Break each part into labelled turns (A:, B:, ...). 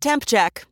A: Temp check.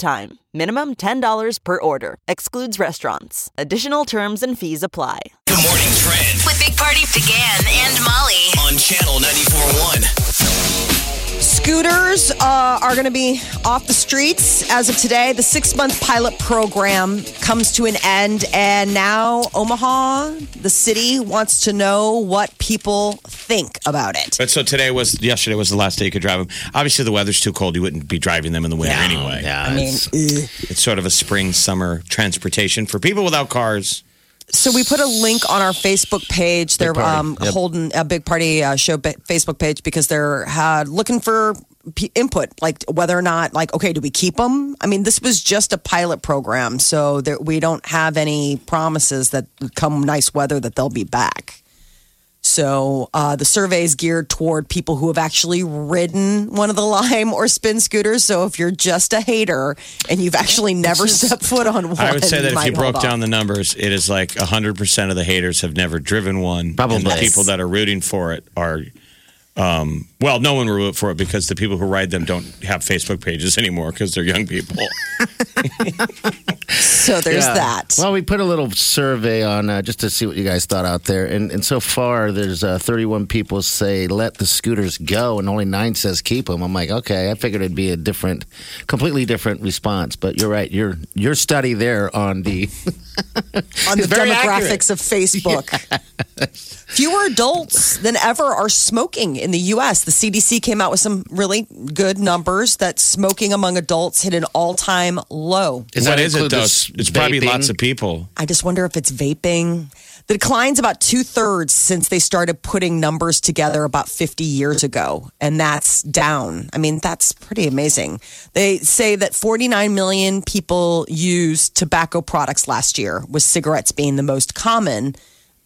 A: time. Minimum $10 per order. Excludes restaurants. Additional terms and fees apply.
B: Good morning, Trend
C: With Big Party began and Molly.
B: on Channel 94.1.
D: Scooters uh, are going to be off the streets as of today. The six month pilot program comes to an end, and now Omaha, the city, wants to know what people think about it.
E: But so today was yesterday was the last day you could drive them. Obviously, the weather's too cold. You wouldn't be driving them in the winter anyway.
F: Yeah, it's-
E: It's sort of a spring summer transportation for people without cars.
D: So we put a link on our Facebook page. They're
E: party.
D: um,
E: Yep.
D: holding a big party uh, show ba- Facebook page because they're uh, looking for p- input, like whether or not, like, okay, do we keep them? I mean, this was just a pilot program, so there, we don't have any promises that come nice weather that they'll be back. So uh, the survey is geared toward people who have actually ridden one of the Lime or Spin scooters. So if you're just a hater and you've actually never stepped foot on one,
E: I would say that if
D: might
E: you broke
D: hold off.
E: down the numbers, it is like 100% of the haters have never driven one. And the
F: Probably.
E: people that are rooting for it are, um, well, no one will root for it because the people who ride them don't have Facebook pages anymore because they're young people.
D: so there's
F: yeah.
D: that.
F: Well, we put a little survey on uh, just to see what you guys thought out there, and and so far there's uh, 31 people say let the scooters go, and only nine says keep them. I'm like, okay, I figured it'd be a different, completely different response, but you're right. Your your study there on the
D: on the
F: It's very
D: demographics of Facebook. Fewer adults than ever are smoking in the U.S. The CDC came out with some really good numbers that smoking among adults hit an all time low.
F: Does
E: what
F: that
E: is it,
F: include
E: though? It's
F: this
E: probably
F: vaping?
E: lots of people.
D: I just wonder if it's vaping. The decline's about two thirds since they started putting numbers together about 50 years ago, and that's down. I mean, that's pretty amazing. They say that 49 million people used tobacco products last year, with cigarettes being the most common.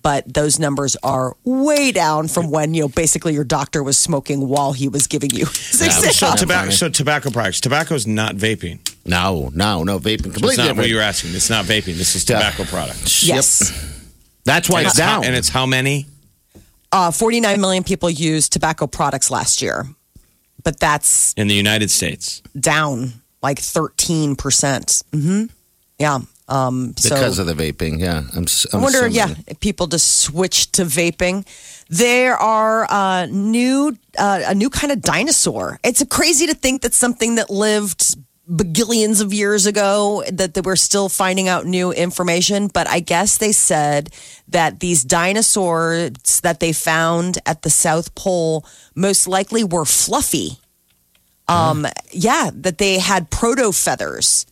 D: But those numbers are way down from when you know basically your doctor was smoking while he was giving you. six
E: So,
D: shots.
E: tobacco, so tobacco products. Tobacco is not vaping.
F: no, no, no vaping. Completely
E: It's not
F: different.
E: what you're asking. It's not vaping. This is
F: Yeah.
E: tobacco products.
D: Yes.
F: That's why
E: And
F: it's
E: it's how-
F: down.
E: and it's how many?
D: Uh, 49 million people used tobacco products last year, but that's
E: in the United States.
D: down like 13%. percent hmm Yeah. Um,
F: because
D: so
F: of the vaping. Yeah, I'm. s-
D: I
F: I'm
D: wonder,
F: assuming.
D: yeah, if people just switch to vaping. There are uh, new uh, a new kind of dinosaur. It's crazy to think that something that lived billions of years ago that, that we're still finding out new information. But I guess they said that these dinosaurs that they found at the South Pole most likely were fluffy um, yeah, that they had proto feathers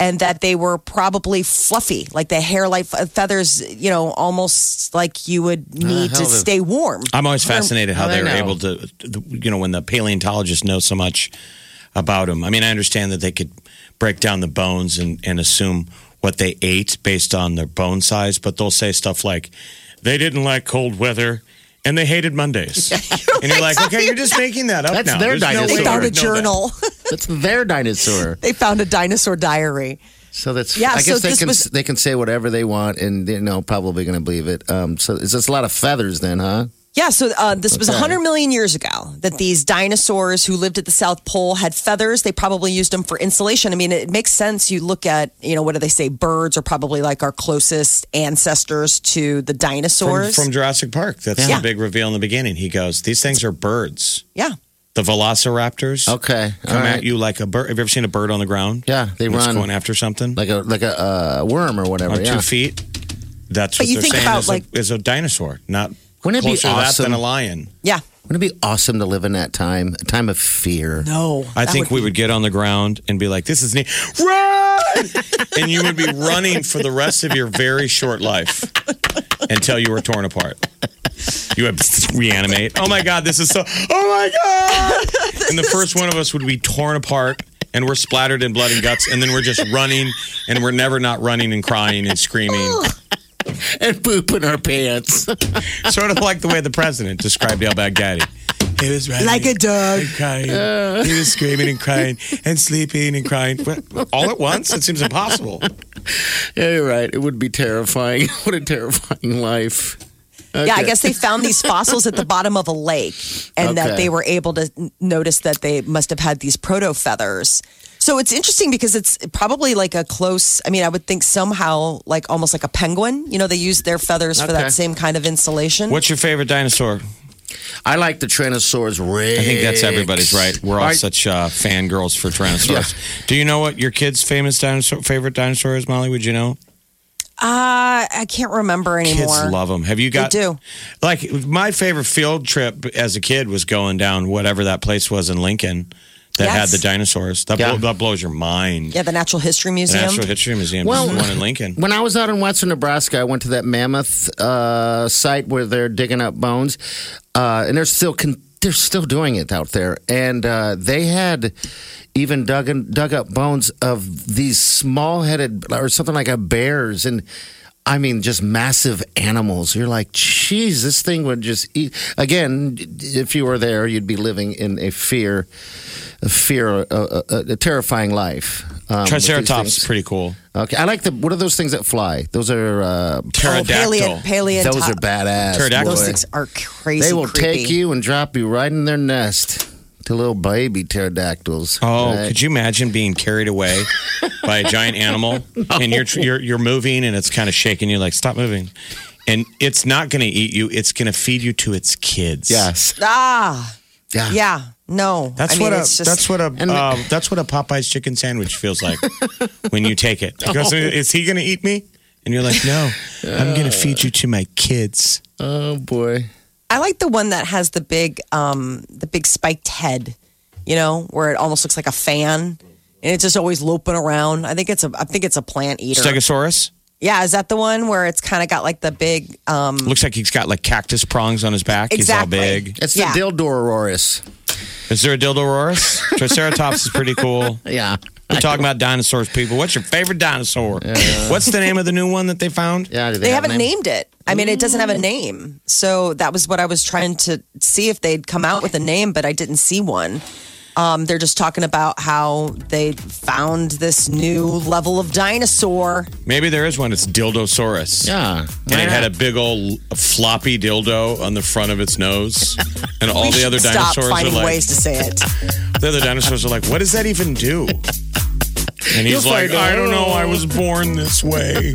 D: and that they were probably fluffy, like the hair like fe- feathers, you know, almost like you would need to
F: hell the-
D: stay warm.
E: I'm always fascinated how
F: I
E: they were
F: know.
E: able to, you know, when the paleontologists know so much about them. I mean, I understand that they could break down the bones and, and assume what they ate based on their bone size, but they'll say stuff like, they didn't like cold weather. And they hated Mondays. and you're like, okay, you're just making that up
F: That's
E: now.
F: their
E: There's no
D: They
E: way
F: dinosaur.
D: found
E: I
D: a
E: would know that.
D: journal.
F: That's their dinosaur.
D: they found a dinosaur diary.
F: So that's
D: Yeah,
F: I
D: so
F: guess they
D: this
F: can
D: was-
F: they can say whatever they want, and you know probably going to believe it. Um, so it's just a lot of feathers, then, huh?
D: Yeah, so uh, this was was
F: Okay.
D: 100 million years ago that these dinosaurs who lived at the South Pole had feathers. They probably used them for insulation. I mean, it makes sense. You look at, you know, what do they say? Birds are probably like our closest ancestors to the
E: From,
D: dinosaurs.
E: from Jurassic Park. That's
D: Yeah.
E: the big reveal in the beginning. He goes, these things are birds.
D: yeah.
E: The velociraptors
F: Okay, all
E: come
F: right.
E: at you like a bird. Have you ever seen a bird on the ground?
F: Yeah, they
E: That's
F: run
E: going after something?
F: like a like a uh, worm or whatever.
E: on
F: yeah.
E: two feet. That's
D: But
E: what
D: you
E: they're
D: think
E: saying
D: about,
E: is,
D: like-
E: a, is a dinosaur, not
F: Wouldn't it be
E: closer to that
F: awesome?
E: than a lion.
D: Yeah.
F: Wouldn't it be awesome to live in that time, a time of fear?
D: No.
E: I think we would get on the ground and be like, "This is neat, run!" and you would be running for the rest of your very short life until you were torn apart. You would reanimate. Oh my god, this is so. Oh my god! and the first one of us would be torn apart and we're splattered in blood and guts, and then we're just running, and we're never not running and crying and screaming.
F: and poop in our pants.
E: sort of like the way the president described El Baghdadi. He was running
D: Like a dog.
E: and crying. He was screaming and crying and sleeping and crying What? all at once. It seems impossible.
F: yeah, you're right. It would be terrifying. what a terrifying life.
D: Yeah, I
F: Okay.
D: guess they found these fossils at the bottom of a lake and that
F: Okay.
D: they were able to n- notice that they must have had these proto feathers. So it's interesting because it's probably like a close, I mean, I would think somehow like almost like a penguin. You know, they use their feathers for
F: Okay.
D: that same kind of insulation.
E: What's your favorite dinosaur?
F: I like the Tyrannosaurus Rex.
E: I think that's everybody's right. We're all
F: I-
E: such uh, fangirls for Tyrannosaurus. Do you know what your kid's famous dinosaur favorite dinosaur is, Molly? Would you know?
D: Uh, I can't remember anymore.
E: Kids love them. Have you got?
D: do.
E: Like my favorite field trip as a kid was going down whatever that place was in Lincoln that had
D: Yes.
E: the dinosaurs. That,
F: Yeah.
E: blow, that blows your mind.
D: yeah, the Natural History
E: The
D: Museum.
E: Natural History Museum,
F: Well- Um,
E: the one in Lincoln.
F: When I was out in Watson, Nebraska, I went to that mammoth uh, site where they're digging up bones, uh, and they're still con- they're still doing it out there. And uh, they had even dug in, dug up bones of these small headed or something like a bears and. I mean, just massive animals. You're like, geez, this thing would just eat. Again, if you were there, you'd be living in a fear, a fear, a, a, a terrifying life. um, with these
E: Triceratops
F: things.
E: is pretty cool.
F: Okay, I like the. What are those things that fly? Those are uh,
D: Oh,
E: Pterodactyl.
D: paleo, paleo
F: those are badass.
E: Pterodactyl.
F: boy.
D: Those things are crazy.
F: They will
D: creepy.
F: take you and drop you right in their nest to little baby pterodactyls.
E: Oh,
F: Right?
E: could you imagine being carried away by a giant animal and you're, you're you're moving and it's kind of shaking you like stop moving. And it's not going to eat you, it's going to feed you to its kids.
F: Yes.
D: Ah,
F: Yeah.
D: yeah. No.
E: That's
D: I mean,
E: what a
D: it's just,
E: that's what a uh, that's what a Popeye's chicken sandwich feels like when you take it. It goes, Is he going to eat me? And you're like, no, I'm going to feed you to my kids.
F: Oh boy.
D: I like the one that has the big, um, the big spiked head. You know, where it almost looks like a fan, and it's just always loping around. I think it's a, I think it's a plant eater.
E: Stegosaurus
D: yeah, is that the one where it's kind of got like the big? Um,
E: looks like he's got like cactus prongs on his back.
D: Exactly.
E: He's all big.
F: It's
D: Yeah.
F: the Dildorororus.
E: Is there a Dildosaurus? Triceratops is pretty cool.
F: Yeah.
E: We're talking about dinosaurs, people. What's your favorite dinosaur? What's the name of the new one that they found?
F: Yeah. do
D: they
F: have a
D: haven't
F: name? Mm.
D: named it. I mean, it doesn't have a name. So that was what I was trying to see if they'd come out with a name, but I didn't see one. Um, they're just talking about how they found this new level of dinosaur.
E: Maybe there is one. It's Dildosaurus.
F: Yeah.
E: And it had a big old floppy dildo on the front of its nose. And all the other
D: Stop
E: dinosaurs are
D: finding
E: like,
D: ways to say it.
E: the other dinosaurs are like, what does that even do? And he's like,
F: find
E: I
F: out.
E: don't know. I was born this way.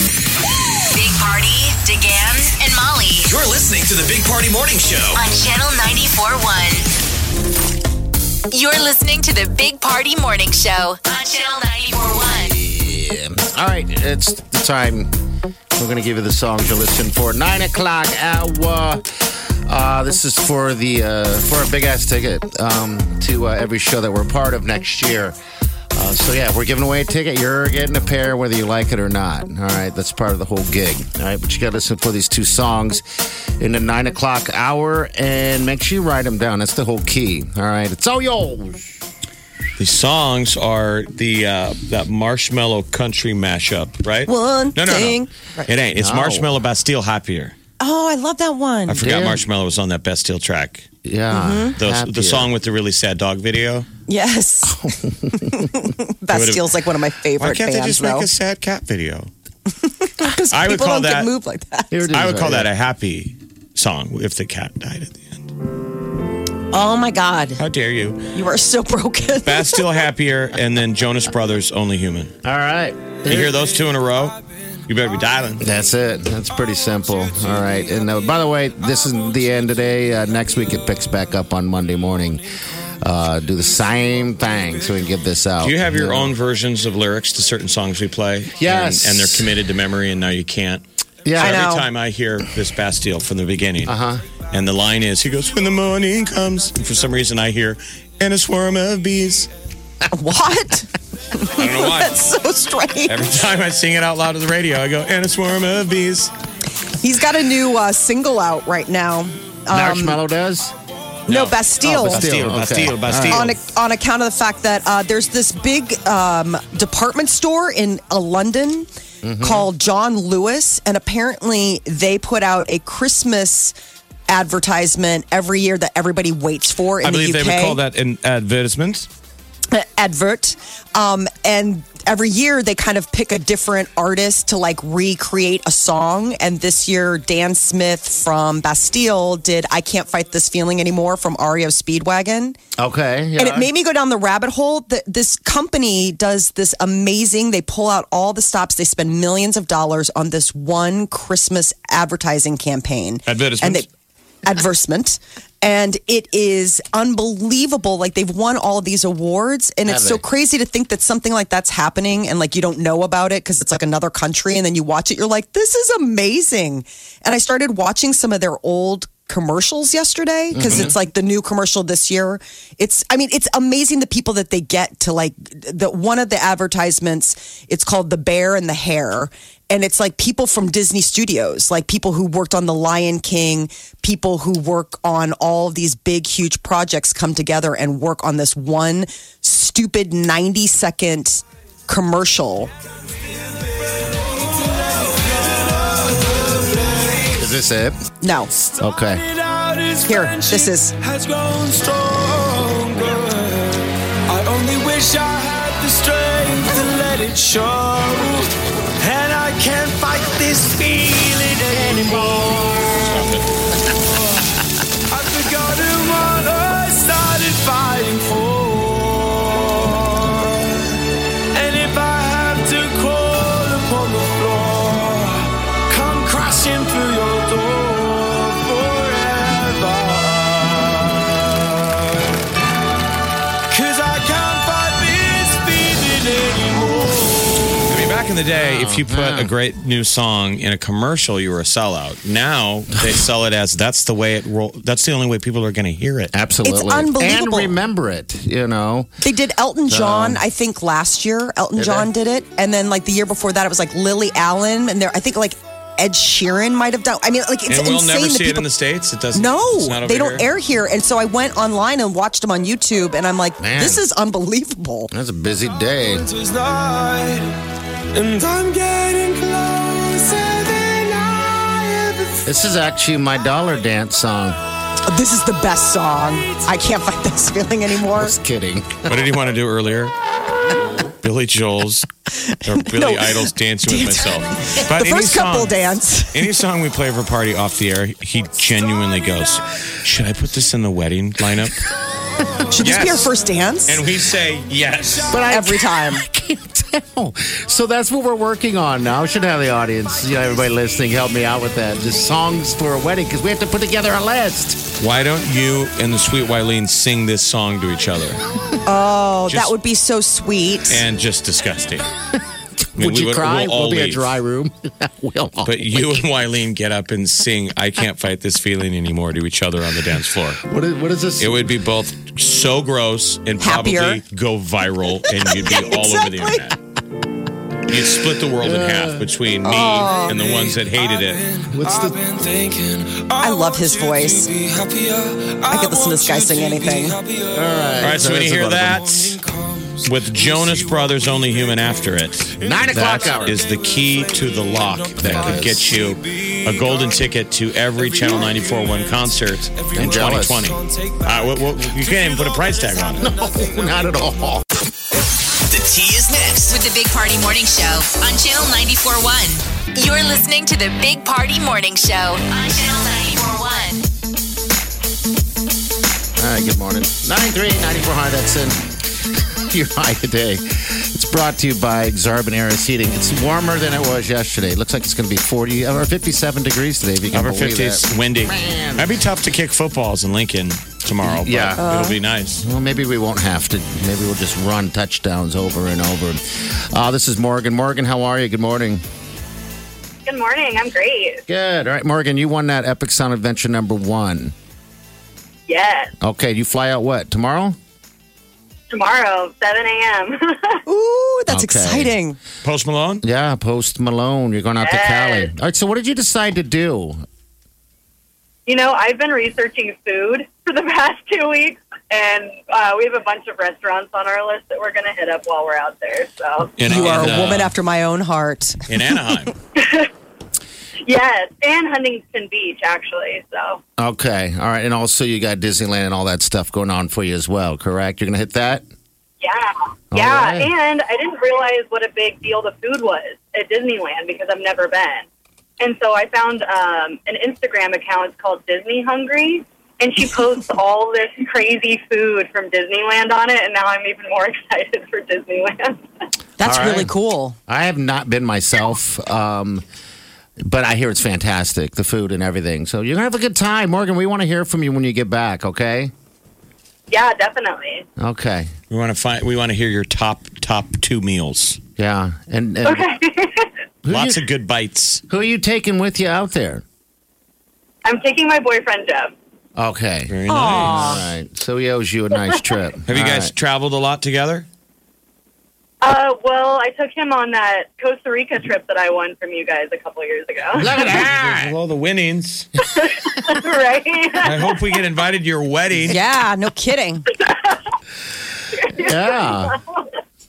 C: Big Party, DeGan and Molly
B: You're listening to the Big Party Morning Show.
C: on Channel 94.1. You're listening to the Big Party Morning Show on Channel 94.1.
F: All right. It's the time. We're going to give you the songs you listen for. Nine o'clock hour. Uh, this is for the uh, for a big ass ticket um, to uh, every show that we're part of next year. Uh, so yeah, we're giving away a ticket. You're getting a pair whether you like it or not. All right, that's part of the whole gig. All right, but you got to listen for these two songs in the nine o'clock hour, and make sure you write them down. That's the whole key. All right, it's all yours.
E: The songs are the uh, that marshmallow country mashup, right?
D: One
E: no,
D: thing.
E: No, no, It ain't. It's
F: No.
E: marshmallow Bastille happier.
D: Oh, I love that one.
E: I forgot
F: Yeah.
E: marshmallow was on that Bastille track.
F: Yeah,
E: The,
F: Happier.
E: the song with the really sad dog video.
D: yes. Bastille's like one of my favorite
E: Oh. Why can't
D: bands,
E: they just
D: though.
E: make a sad cat video?
D: 'Cause
E: I would
D: people
E: call
D: don't get
E: that-
D: moved like that.
F: Here it is,
E: I would
F: right
E: call
F: here.
E: that a happy song if the cat died at the end.
D: Oh my God,
E: How dare you?
D: you are so broken.
E: Bastille happier and then Jonas Brothers only human.
F: All right.
E: You hear those two in a row? You better be dialing.
F: That's it. That's pretty simple. All right. And uh, by the way, this is the end today. Uh, next week it picks back up on Monday morning. Uh, do the same thing so we can get this out.
E: Do you have your own versions of lyrics to certain songs we play?
F: Yes.
E: And, and they're committed to memory and now you can't.
F: Yeah.
D: I know.
E: Every time I hear this Bastille from the beginning, uh-huh. and the line is, he goes, when the morning comes. And for some reason I hear, and a swarm of bees.
D: what?
E: I don't know why.
D: That's so strange.
E: Every time I sing it out loud to the radio, I go, and a swarm of bees.
D: He's got a new uh, single out right now. Um,
F: Marshmallow does.
D: No, Bastille.
F: Oh,
E: Bastille,
F: Bastille. okay.
E: Bastille, Bastille.
D: on, on account of the fact that uh, there's this big um, department store in uh, London
E: Mm-hmm.
D: called John Lewis, and apparently they put out a Christmas advertisement every year that everybody waits for in
E: I believe
D: the
E: they
D: UK.
E: would call that an advertisement.
D: advert. Um, and every year they kind of pick a different artist to like recreate a song. And this year, Dan Smith from Bastille did I Can't Fight This Feeling Anymore from REO Speedwagon.
F: Okay. Yeah.
D: And it made me go down the rabbit hole that this company does this amazing, they pull out all the stops, they spend millions of dollars on this one Christmas advertising campaign.
E: Advertisement.
D: And they, advertisement. And it is unbelievable. Like they've won all of these awards, and it's
F: Have
D: so
F: they?
D: crazy to think that something like that's happening, and like you don't know about it because it's like another country, and then you watch it, you're like, this is amazing. And I started watching some of their old commercials yesterday because it's like the new commercial this year. It's, I mean, it's amazing the people that they get to like the one of the advertisements. It's called the Bear and the Hare, and it's like people from Disney Studios, like people who worked on The Lion King, people who work on all of these big, huge projects come together and work on this one stupid 90 second commercial.
F: Is this it?
D: No,
F: Okay.
D: here, this is.
G: has grown stronger. I only wish I had the strength to let it show. And I can't fight this feeling anymore. I've forgotten what I started fighting for. And if I have to crawl upon the floor, come crashing through your door forever. Cause I can't fight this feeling anymore.
E: I mean, back in the day,
F: Oh,
E: if you put a great new song in a commercial, you were a sellout. Now they sell it as that's the way it roll. That's the only way people are going to hear it.
F: Absolutely.
D: unbelievable.
F: And remember it, you know.
D: They did Elton John, I think last year. Elton
F: Did
D: John
F: they?
D: did it, and then like the year before that, it was like Lily Allen, and there I think like Ed Sheeran might have done. I mean, like it's
E: and we'll
D: insane.
E: never
D: that
E: see it
D: people-
E: in the states. It doesn't. it's not
D: No,
E: over
D: they don't
E: here.
D: air here. And so I went online and watched them on YouTube, and I'm like,
F: Man.
D: this is unbelievable.
F: That's a busy day.
G: Winter's night, and I'm getting closer than I ever
F: This is actually my dollar dance song.
D: This is the best song. I can't fight this feeling anymore.
F: Just kidding.
E: What did he want to do earlier? Billy Joel's or Billy
D: No.
E: Idol's dancing with myself. But
D: The first couple dance.
E: Any song we play for party off the air, he genuinely goes, "Should I put this in the wedding lineup?"
D: Should this be our
E: Yes.
D: first dance?
E: And we say yes.
F: But I
D: Every time.
F: I can't tell. So that's what we're working on now. We should have the audience, you know, everybody listening, help me out with that. Just songs for a wedding because we have to put together a list.
E: Why don't you and the sweet Wileen sing this song to each other?
D: oh,
E: just-
D: that would be so sweet.
E: and just disgusting. I mean,
F: would
E: we
F: you cry?
E: we'll
F: We'll,
E: all
F: be a
E: leave.
F: dry room. we'll all
E: But you
F: leave.
E: and Wileen get up and sing "I Can't Fight This Feeling Anymore" to each other on the dance floor.
F: What is, what is this?
E: It would be both so gross and probably
D: Happier.
E: go viral, and you'd be all over the internet. You'd split the world in half between me and the ones that hated it.
F: What's the-
G: I've been thinking,
D: I love his
G: want you
D: voice.
G: to be happier. I
D: could listen to this guy
G: want you
D: sing
G: to be
D: anything.
G: happier.
E: All right, so when you
F: that's
E: hear
F: about
E: that,
G: Morning comes.
E: with Jonas Brothers, only human after it.
F: Nine o'clock hour.
E: That is the key to the lock that could get you a golden ticket to every Channel 94.1 concert in
F: And jealous.
E: 2020. Uh, well, well, you can't even put a price tag on it.
F: no, not at all.
B: The tea is next.
C: With the Big Party Morning Show on Channel 94.1. You're listening to the Big Party Morning Show on Channel 94.1.
F: All right, good morning. 93 94 high, that's in your high today. It's brought to you by Xarban Aris Heating. It's warmer than it was yesterday. It looks like it's going to be 40 or 57 degrees today, if you can
E: Upper
F: believe
E: 50s,
F: that.
E: windy.
F: Man.
E: That'd be tough to kick footballs in Lincoln tomorrow, but
F: Yeah.
E: it'll be nice.
F: Well, maybe we won't have to. Maybe we'll just run touchdowns over and over. Uh, this is Morgan. Morgan, how are you? Good morning.
H: Good morning. I'm great.
F: Good. All right, Morgan, you won that Epic Sound Adventure number one.
H: Yes.
F: Okay, you fly out what? Tomorrow?
H: Tomorrow, 7 a.m.
D: Ooh, that's
F: Okay.
D: exciting.
E: Post Malone?
F: Yeah, post Malone. You're going out to
H: Yes.
F: Cali. All right, so what did you decide to do?
H: you know, I've been researching food for the past two weeks, and uh, we have a bunch of restaurants on our list that we're going to hit up while we're out there. So,
E: In,
D: You are
E: in,
D: a woman
E: uh,
D: after my own heart.
E: in Anaheim.
H: yes, and Huntington Beach, actually. So,
F: Okay. All right. And also, you got Disneyland and all that stuff going on for you as well, correct? You're going to hit that?
H: yeah. Yeah.
F: right.
H: And I didn't realize what a big deal the food was at Disneyland because I've never been. And so I found um, an Instagram account. It's called Disney Hungry. And she posts all this crazy food from Disneyland on it. And now I'm even more excited for Disneyland.
D: That's
F: All right.
D: really cool.
F: I have not been myself, um, but I hear it's fantastic, the food and everything. So you're going to have a good time. Morgan, we want to hear from you when you get back, okay?
H: yeah, definitely.
F: Okay.
E: We want to find. We want to hear your top top two meals.
F: Yeah. And, and who,
E: Lots
F: you,
E: of good bites.
F: who are you taking with you out there?
H: I'm taking my boyfriend, Jeff.
F: Okay.
E: Very nice.
F: All right. So he owes you a nice trip.
E: Have you
F: All
E: guys
F: right.
E: traveled a lot together?
H: Uh, well, I took him on that Costa Rica trip that I won from you guys a couple years ago.
F: Look at that.
E: Well, the winnings.
H: right?
E: I hope we get invited to your wedding.
D: Yeah, no kidding.
F: Yeah.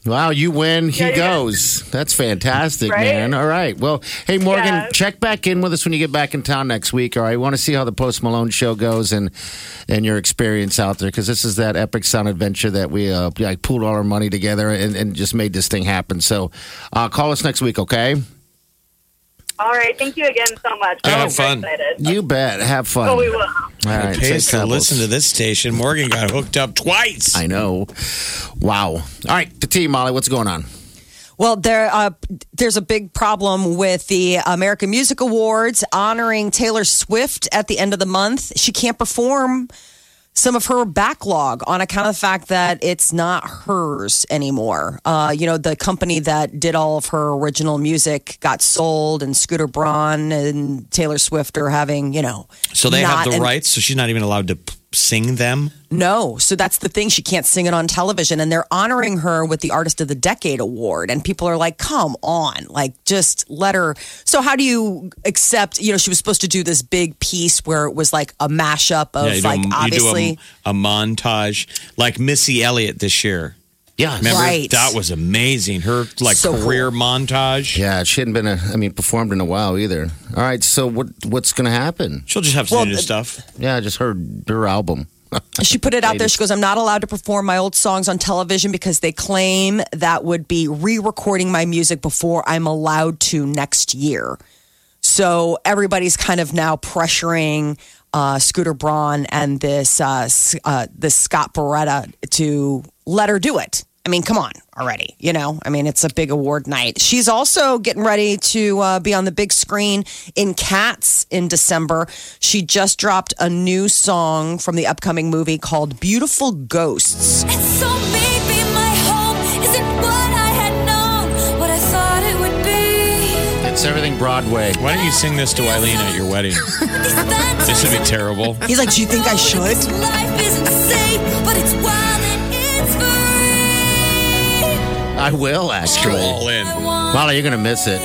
F: Wow, you win, he
H: Yeah, yeah.
F: goes. That's fantastic,
H: Right?
F: man. All right. Well, hey, Morgan,
H: Yeah.
F: check back in with us when you get back in town next week. All right. We want to see how the Post Malone show goes and and your experience out there because this is that epic sound adventure that we uh, like pooled all our money together and, and just made this thing happen. So uh, call us next week, okay?
H: All right. Thank you again so much.
E: Yeah,
H: I'm
E: have
H: very
E: fun.
H: Excited.
F: You bet. Have fun.
H: Oh, we will.
F: All right.
E: It pays
F: safe
E: to
F: travels.
E: listen to this station. Morgan got hooked up twice.
F: I know. Wow. All right. The team, Molly, what's going on?
D: Well, there uh, there's a big problem with the American Music Awards honoring Taylor Swift at the end of the month. She can't perform some of her backlog on account of the fact that it's not hers anymore. Uh, you know, the company that did all of her original music got sold, and Scooter Braun and Taylor Swift are having, you know,
E: So they have
D: not
E: the
D: an-
E: rights. So she's not even allowed to p- sing them.
D: no, so that's the thing. She can't sing it on television, and they're honoring her with the Artist of the Decade award. And people are like, "Come on, like just let her." So how do you accept? You know, she was supposed to do this big piece where it was like a mashup of
E: you do
D: like
E: a-
D: obviously.
E: you do a, a montage like Missy Elliott this year.
F: Yeah.
E: Remember
D: Right.
E: that was amazing. Her like
D: So
E: career montage.
F: Yeah, she hadn't been, a, I mean, performed in a while either. All right, so what what's going to happen?
E: She'll just have some
D: Well,
E: new
D: the-
E: stuff.
F: Yeah, I just heard her album.
D: She put it out there. She goes, I'm not allowed to perform my old songs on television because they claim that would be re recording my music before I'm allowed to next year. So everybody's kind of now pressuring uh, Scooter Braun and this, uh, S- uh, this Scott Beretta to let her do it. I mean, come on already. You know, I mean, it's a big award night. She's also getting ready to uh, be on the big screen in Cats in December. She just dropped a new song from the upcoming movie called Beautiful Ghosts.
I: And so maybe my home isn't what I had known, what I thought it would be.
F: It's everything Broadway.
E: Why don't you sing this to Eileen at your wedding? This would be terrible.
D: He's like, Do you think I should?
I: Life isn't safe, but it's wild and it's free.
F: I will, actually.
E: All in.
I: I want
F: Molly, you're going to miss it.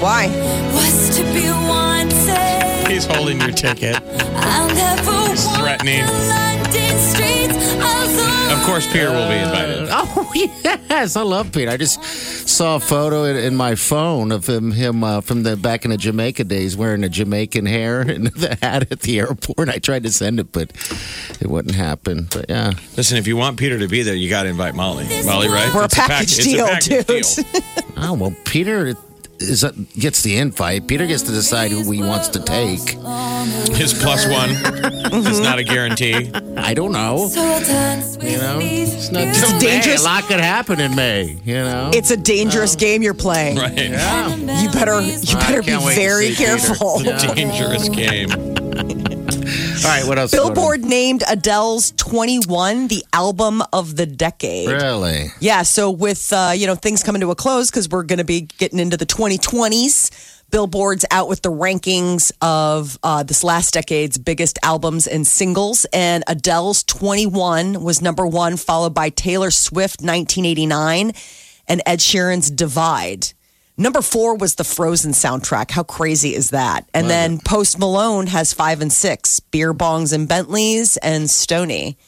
D: Why?
I: was to be wanted.
E: He's holding your ticket.
I: I'll never walk
E: threatening.
I: the London streets alone.
E: Of course, Peter will be invited.
F: Oh, yes. I love Pete. I just saw a photo in, in my phone of him, him uh, from the back in the Jamaica days wearing a Jamaican hair and the hat at the airport. I tried to send it, but it wouldn't happen. But yeah.
E: Listen, if you want Peter to be there, you got to invite Molly. Molly, right?
D: We're a
E: It's
D: package
E: it's a
D: deal,
E: package
D: dude.
E: deal.
F: Oh, well, Peter is, uh, gets the invite. Peter gets to decide who he wants to take.
E: His plus one is not a guarantee.
F: I don't know.
I: So dance with
F: You know,
I: me.
F: it's not
I: Beautiful
F: till
D: dangerous.
F: May. A lot could happen in May. You know,
D: It's a dangerous game you're playing.
E: Right.
D: You better you
F: I
D: better be
F: Oh. can't wait to
D: very
F: see Peter.
D: careful.
E: Dangerous game.
F: all right. What else? is going on?
D: Billboard named Adele's 21 the album of the decade.
F: Really?
D: Yeah, so with uh, you know things coming to a close because we're going to be getting into the 2020s. Billboard's out with the rankings of uh, this last decade's biggest albums and singles, and Adele's 21 was number one, followed by Taylor Swift 1989 and Ed Sheeran's Divide. Number four was the Frozen soundtrack. How crazy is that? And then Post Malone has five and six Beer Bongs and Bentleys and Stony.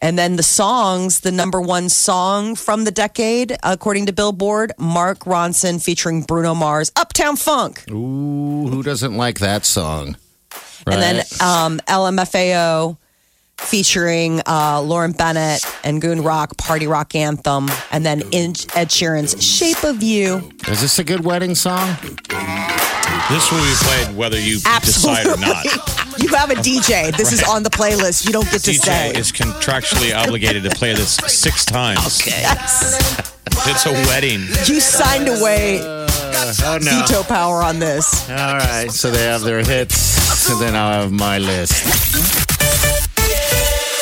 D: And then the songs, the number one song from the decade, according to Billboard, Mark Ronson featuring Bruno Mars, Uptown Funk.
F: Ooh, who doesn't like that song? Right?
D: And then um, LMFAO featuring uh, Lauren Bennett and Goon Rock, Party Rock Anthem. And then in- Ed Sheeran's Shape of You.
F: is this a good wedding song?
E: This will be played whether you decide or not.
D: you have a DJ. This is on the playlist. You don't get to say.
E: DJ is contractually obligated to play this six times.
D: Yes.
E: It's a wedding.
D: You signed away Uh,
F: Oh no!
D: veto power on this.
F: All right, so they have their hits, and then I'll have my list.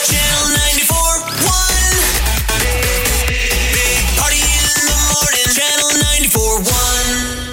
B: Channel 94.1. Big Party in the morning. Channel 94.1.